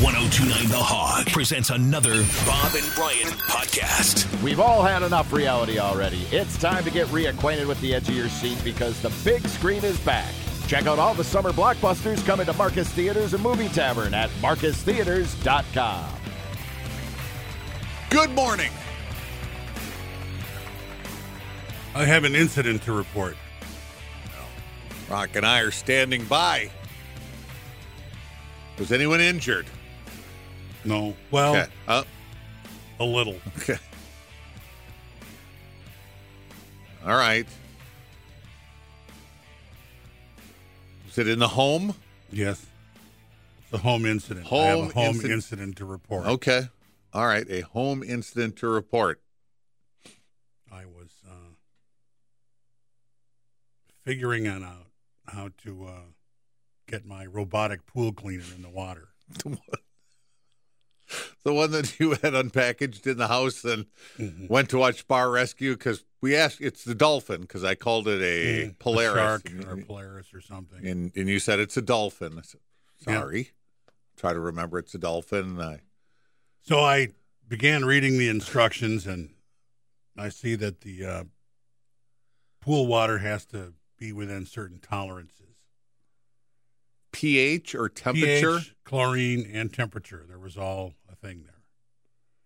1029 The Hog presents another Bob and Brian podcast. We've all had enough reality already. It's time to get reacquainted with the edge of your seat because the big screen is back. Check out all the summer blockbusters coming to Marcus Theaters and Movie Tavern at marcustheaters.com. Good morning. I have an incident to report. Rock and I are standing by. Was anyone injured? No. Well, Okay. Uh, a little. all right. Was it in the home? Yes. The home incident. I have Home a home incident. incident, to report. Okay. All right. A home incident to report. I was uh, figuring on out how to uh, get my robotic pool cleaner in the water. The one, the one that you had unpackaged in the house and went to watch Bar Rescue because we asked, it's the dolphin because I called it a Mm, Polaris. shark And- or Polaris or something. and and you said it's a dolphin. I said, Yeah. Sorry, try to remember it's a dolphin. And I, So I began reading the instructions, and I see that the uh, pool water has to be within certain tolerances. pH or temperature pH, chlorine, and temperature. There was all a thing there.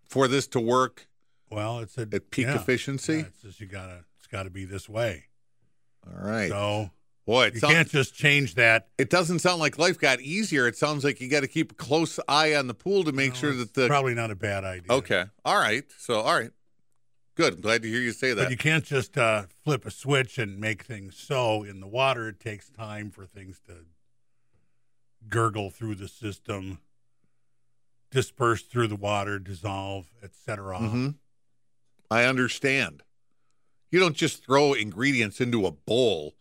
for this to work. Well, it said At peak yeah, efficiency? Yeah, it says you gotta, it's got to be this way. All right, So boy, it, you sounds, can't just change that. it doesn't sound like life got easier. It sounds like you got to keep a close eye on the pool to make No, sure it's that the probably not a bad idea. okay. All right, so all right, good. I'm glad to hear you say but that. you can't just uh, flip a switch and make things so in the water. It takes time for things to gurgle through the system, disperse through the water, dissolve, etc. Mhm. I understand. You don't just throw ingredients into a bowl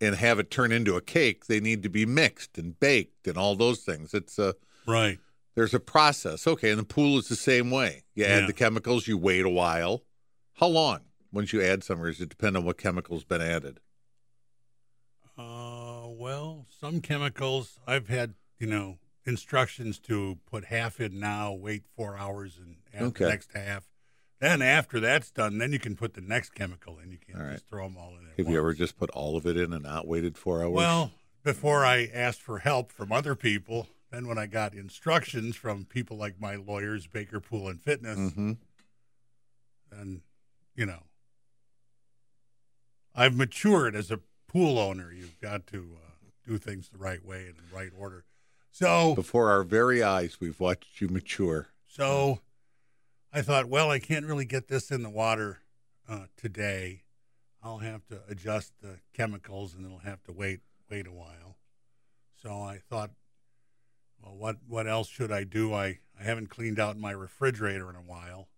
and have it turn into a cake. They need to be mixed and baked and all those things. It's a Right. there's a process. Okay, and the pool is the same way. You add Yeah. the chemicals, you wait a while. How long? Once you add some, or does it depend on what chemicals been added? Uh, well, some chemicals I've had, you know, instructions to put half in now, wait four hours, and add Okay. the next half. Then after that's done, then you can put the next chemical in. You can't All right. just throw them all in. At Have you ever once. just put all of it in and not waited four hours? Well, before I asked for help from other people, then when I got instructions from people like my lawyers, Baker Pool and Fitness, hmm and you know i've matured as a pool owner you've got to uh, do things the right way and in the right order so before our very eyes, we've watched you mature. so i thought well i can't really get this in the water uh, today i'll have to adjust the chemicals and it'll have to wait wait a while so i thought well what what else should i do i i haven't cleaned out my refrigerator in a while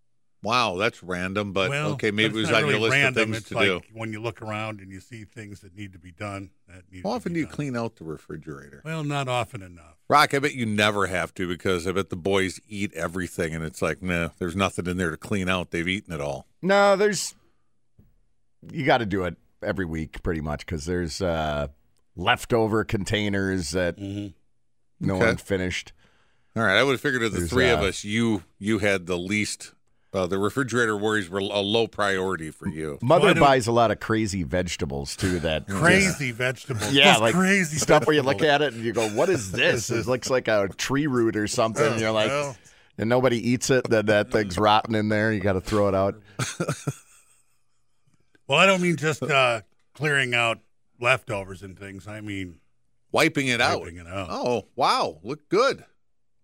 Wow, that's random, but Well, okay, maybe it it's was not on your really list random. of things it's to like do. When you look around and you see things that need to be done, that need How to often be do you done. clean out the refrigerator? Well, not often enough. Rock, I bet you never have to because I bet the boys eat everything and it's like, nah, there's nothing in there to clean out. They've eaten it all. No, there's. You got to do it every week pretty much because there's uh, leftover containers that Mm-hmm. no Okay. one finished. All right, I would have figured of the There's, three of uh, us, you you had the least. Uh, the refrigerator worries were a low priority for you. Mother I don't- buys a lot of crazy vegetables too that. Crazy vegetables. Yeah, Just like crazy stuff where you look at it and you go, "What is this? It looks like a tree root or something." And you're like, Oh, well. and nobody eats it. Then that thing's rotten in there. You got to throw it out. Well, I don't mean just uh, clearing out leftovers and things. I mean Wiping it out. wiping it out. Oh wow, look good.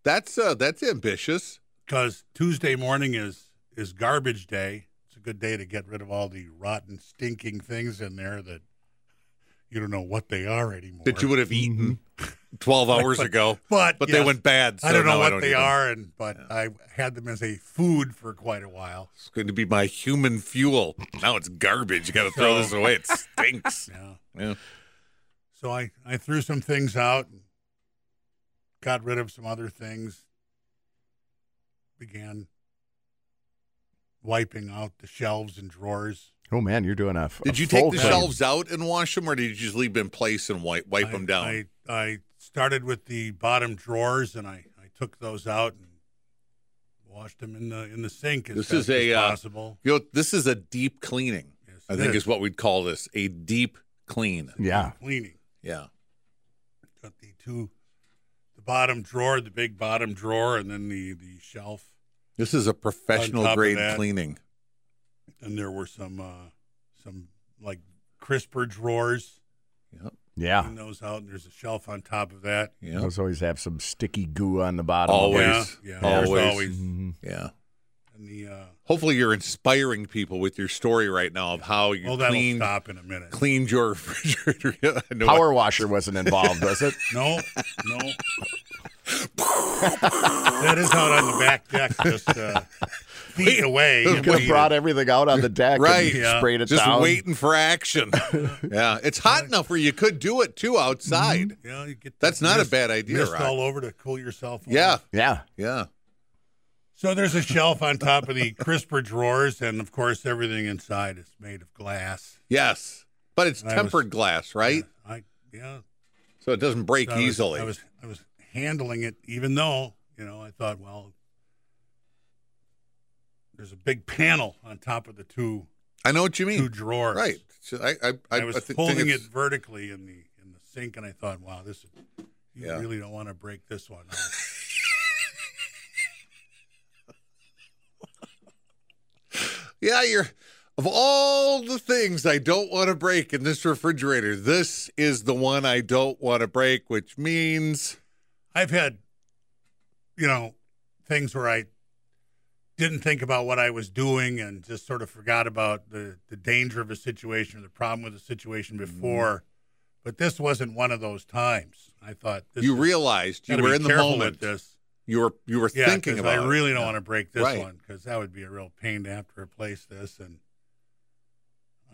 That's uh that's ambitious. Because Tuesday morning is is garbage day. It's a good day to get rid of all the rotten, stinking things in there that you don't know what they are anymore. That you would have eaten twelve hours ago, But but they Mm-hmm. yes, went bad. So I don't know now what eat they them. are, and but I had them as a food for quite a while. It's going to be my human fuel. Now it's garbage. You got to throw So- this away. It stinks. Yeah. Yeah. So I, I threw some things out, got rid of some other things, began wiping out the shelves and drawers. Oh man, you're doing a. f- a Did you take full the clean. shelves out and wash them, or did you just leave them in place and wipe wipe I- them down? I, I started with the bottom drawers and I, I took those out and washed them in the in the sink as This best is a, as uh, possible. You know, this is a deep cleaning. Yes, I it think is. is what we'd call this a deep clean. Yeah. cleaning. Yeah. Got the two, the bottom drawer, the big bottom drawer, and then the the shelf. This is a On top professional of grade that- cleaning. And there were some uh some like crisper drawers. Yep. Clean Yeah. those out, and there's a shelf on top of that. Yeah. Those always have some sticky goo on the bottom. Always. Yeah, yeah. there's Always. always. Mhm. Yeah. And the uh, Hopefully you're inspiring people with your story right now of how you oh, that'll cleaned stop in a minute. cleaned your refrigerator. I know Power washer wasn't involved, was it? No, no. that is out on the back deck, just uh, feet away. Those and Could have waiting. brought everything out on the deck Right. and Yeah. sprayed it just down. waiting for action. yeah, it's hot enough where you could do it too outside. Yeah, you get That's that not a mist- bad idea, Mist Rod. all over to cool yourself. off. Yeah, Yeah. yeah. So there's a shelf on top of the crisper drawers, and of course everything inside is made of glass. Yes. But it's And I was- tempered glass, right? Yeah, I yeah. So it doesn't break So I was- easily. I was I was handling it, even though you know I thought, well, there's a big panel on top of the two I know what you two mean. drawers. Right. So I, I, I, I was I thi- think holding it it's- vertically in the in the sink, and I thought, "Wow, this is, you Yeah. really don't want to break this one." Yeah, you're. Of all the things I don't want to break in this refrigerator, this is the one I don't want to break, which means I've had, you know, things where I didn't think about what I was doing and just sort of forgot about the the danger of a situation or the problem with a situation Mm-hmm. before. But this wasn't one of those times. I thought this you is- realized you gotta were be in the careful moment. With this. You were you were Yeah, thinking 'cause about. I it. really don't want to break this Right. one because that would be a real pain to have to replace this. And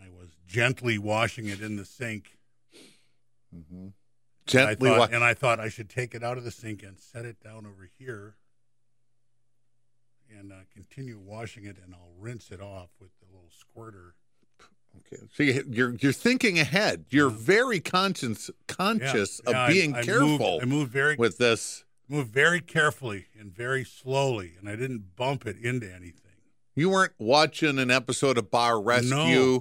I was gently washing it in the sink. Mhm. And Gently I wa- thought, and I thought I should take it out of the sink and set it down over here and uh, continue washing it, and I'll rinse it off with the little squirter. Okay. So you, you're you're thinking ahead. You're very conscious Yeah, conscious Mm-hmm. yeah, of I- being I moved- careful I moved very with this. moved very carefully and very slowly, and I didn't bump it into anything. You weren't watching an episode of Bar Rescue. uh,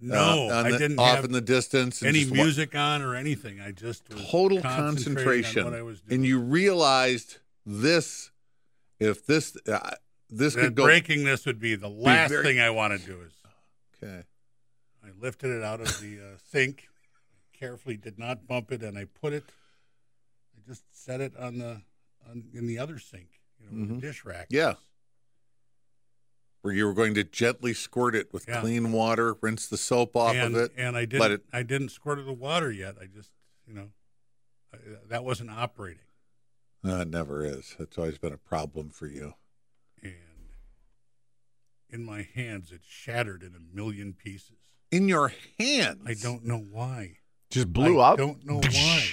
No, on I the- didn't off have in the distance. and any just wa- music on or anything. I just was total concentrating concentration, on what I was doing. and you realized this. If this uh, this That could go breaking this would be the last very- thing I want to do. Is okay, I lifted it out of the uh, sink, carefully did not bump it, and I put it. I just set it on the on, in the other sink, you know, where the Mhm. dish rack. Yeah. is. where you were going to gently squirt it with Yeah. clean water, rinse the soap off and, of it. and I didn't. let it- I didn't squirt it with water yet. I just, you know, I, that wasn't operating. No, it never is. That's always been a problem for you. And in my hands, it shattered in a million pieces. In your hands, I don't know why. Just blew I up. Don't know why.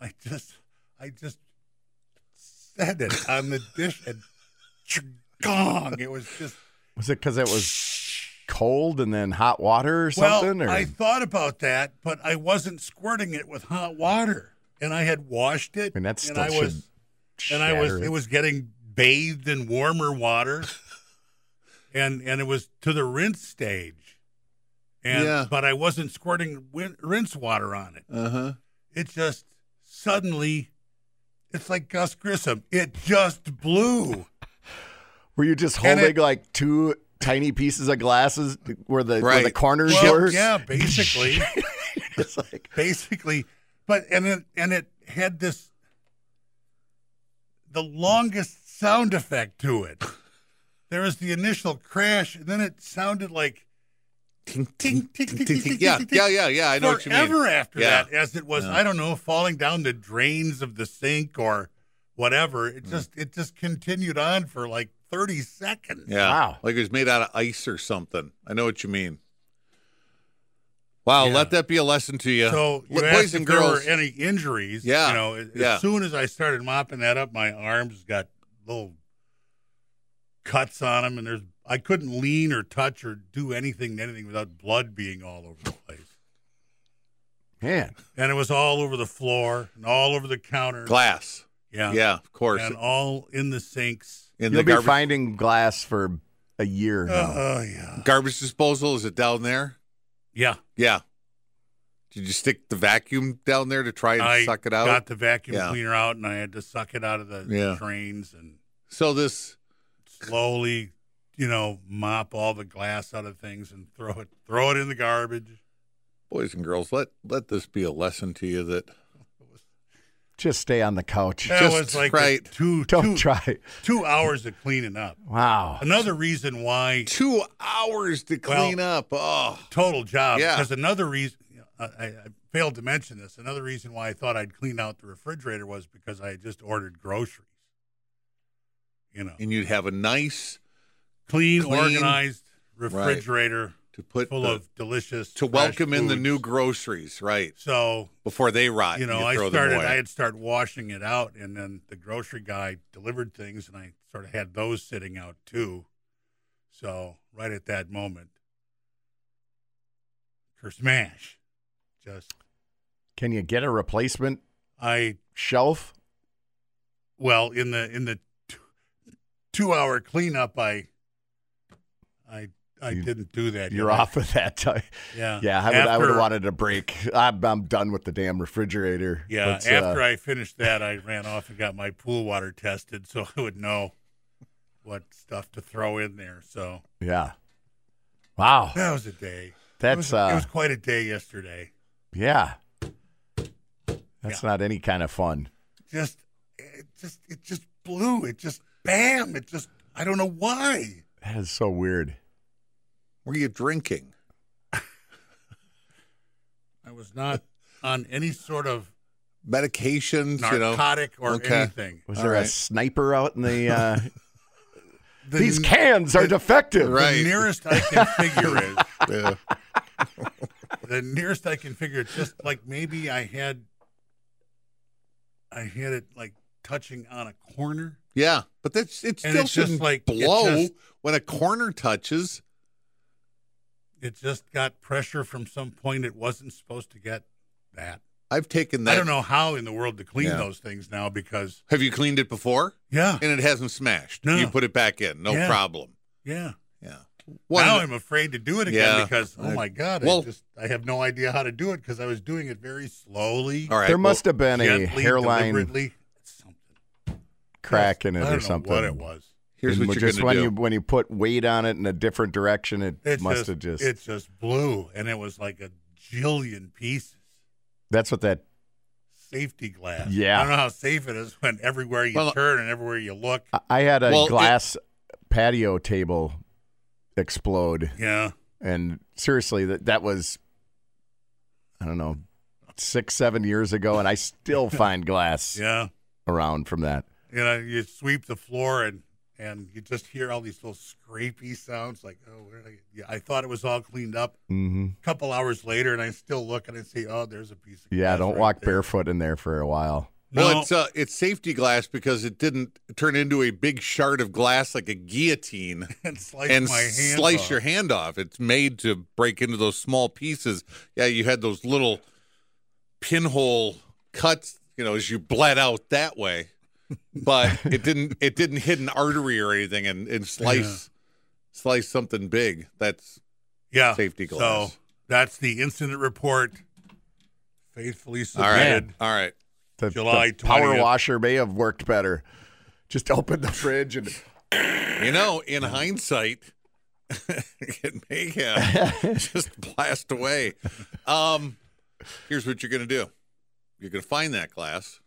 I just, I just said it on the dish and gong. It was just Was it because it was cold and then hot water or something? Well, or I thought about that, but I wasn't squirting it with hot water, and I had washed it. I mean, that and still I was, and I was, shatter it was getting bathed in warmer water, and and it was to the rinse stage, and Yeah. but I wasn't squirting win- rinse water on it. Uh huh. it just suddenly it's like Gus Grissom. It just blew. Were you just And holding it- like two tiny pieces of glasses where the where the Right. corners Well, were? yeah, basically. it's like basically. But and it and it had this the longest sound effect to it. There was the initial crash, and then it sounded like Ting, ting, ting, ting, ting, ting, Yeah, ting, ting. yeah, yeah, yeah. I know what you mean. forever after Yeah. that, as it was, Yeah. I don't know, falling down the drains of the sink or whatever. Mm. It just it just continued on for like thirty seconds. Yeah. Wow. Like it was made out of ice or something. I know what you mean. Wow, Yeah. let that be a lesson to you. So you L- asked boys if and there girls. were any injuries. Yeah, You know, as yeah. as soon as I started mopping that up, my arms got little cuts on them, and there's I couldn't lean or touch or do anything to anything without blood being all over the place, man. and it was all over the floor and all over the counter. glass. Yeah. Yeah, of course. And all in the sinks. In You'll the be garbage finding glass for a year. Oh, now. yeah. garbage disposal is it down there? Yeah. Yeah. Did you stick the vacuum down there to try and I suck it out? got the vacuum Yeah. cleaner out and I had to suck it out of the Yeah. drains and so this slowly, you know, mop all the glass out of things and throw it throw it in the garbage. boys and girls, let let this be a lesson to you that Just stay on the couch. That Just was like right. two Don't two- try. two hours of cleaning up. Wow. Another reason why two hours to Well- clean up. Oh, total job. Yeah. Because another reason I, I I failed to mention this. Another reason why I thought I'd clean out the refrigerator was because I had just ordered groceries. You know, and you'd have a nice clean, Clean. organized refrigerator to put full the- of delicious to fresh welcome in the foods. new groceries, right? So Before they rot, you know, and I throw them started. away. I had started washing it out, and then the grocery guy delivered things, and I sort of had those sitting out too. So right at that moment, smash, just Can you get a replacement I shelf? well in the in the two, two hour cleanup, I I I You- didn't do that. You're did I? off of that. Time. Yeah, Yeah, I would, I would have Uh, After- wanted a break. I'm, I'm done with the damn refrigerator. uh, Yeah, uh, after I finished that, I ran off and got my pool water tested so I would know what stuff to throw in there. So yeah. Wow. that was a day. it That's was, uh it was quite a day yesterday. yeah. That's not any kind of fun. Just it just it just blew. It just bam. It just I don't know why. That is so weird. Were you drinking? I was not on any sort of Medications, you know. narcotic or okay. anything. Was All there a right. sniper out in the uh The These n- cans are defective. Right. The nearest I can figure is Yeah. the nearest I can figure it's just like maybe I had I had it like touching on a corner. Yeah, but that's it And still it's just shouldn't like- it blow just- when a corner touches. It just got pressure from some point it wasn't supposed to get that. I've taken that. I don't know how in the world to clean Yeah. those things now because Have you cleaned it before? yeah, And it hasn't smashed. No. You put it back in, no Yeah. problem. yeah. Yeah. One, now I'm afraid to do it again Yeah. because oh I- my god, well- I just I have no idea how to do it because I was doing it very slowly, all right. There well, must have been a gently, hairline deliberately. Something crack in I it don't or know something. What it was. here's And what you're just going when to do. you when you put weight on it in a different direction, it It must just, have just. it just blew, and it was like a jillion pieces. that's what that. Safety glass. Yeah. I don't know how safe it is when everywhere you Well, turn and everywhere you look. I- I had a Well, it- glass patio table explode, yeah. and seriously, that that was, I don't know, six seven years ago, and I still find glass Yeah. around from that. You know, you sweep the floor and and you just hear all these little scrapey sounds like, oh, where did I, yeah, I thought it was all cleaned up. Mm-hmm. hmm A couple hours later, and I still look and I see, oh, there's a piece of Yeah, glass don't right walk there. barefoot in there for a while. No, Well, it's uh, it's safety glass because it didn't turn into a big shard of glass like a guillotine and slice and my hand slice off. your hand off. It's made to break into those small pieces. Yeah, you had those little pinhole cuts, you know, as you bled out that way. But it didn't it didn't hit an artery or anything and, and slice slice something big. That's yeah, safety glass. So that's the incident report faithfully all right. submitted. All right. The, July the power 20th. washer may have worked better. Just open the fridge and You know, in hindsight, it may have just blast away. Um, here's what you're going to do you're going to find that glass.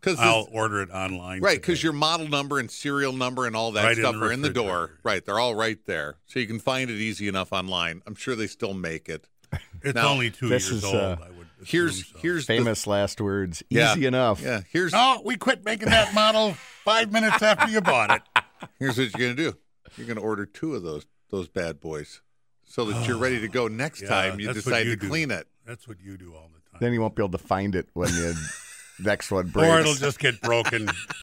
Cause this- I'll order it online. right, because today. your model number and serial number and all that Right in stuff the are in the door. refrigerator. Right, they're all right there. So you can find it easy enough online. I'm sure they still make it. it's now- only two This years is, old. uh, I would assume Here's so. here's the- famous last words. Yeah. Easy enough. yeah, here's No, we quit making that model five minutes after you bought it. here's what you're gonna do. You're gonna order two of those those bad boys, so that you're ready to go next Yeah, time you that's what decide you to do. clean it. That's what you do all the time. Then you won't be able to find it when the next one breaks. or it'll just get broken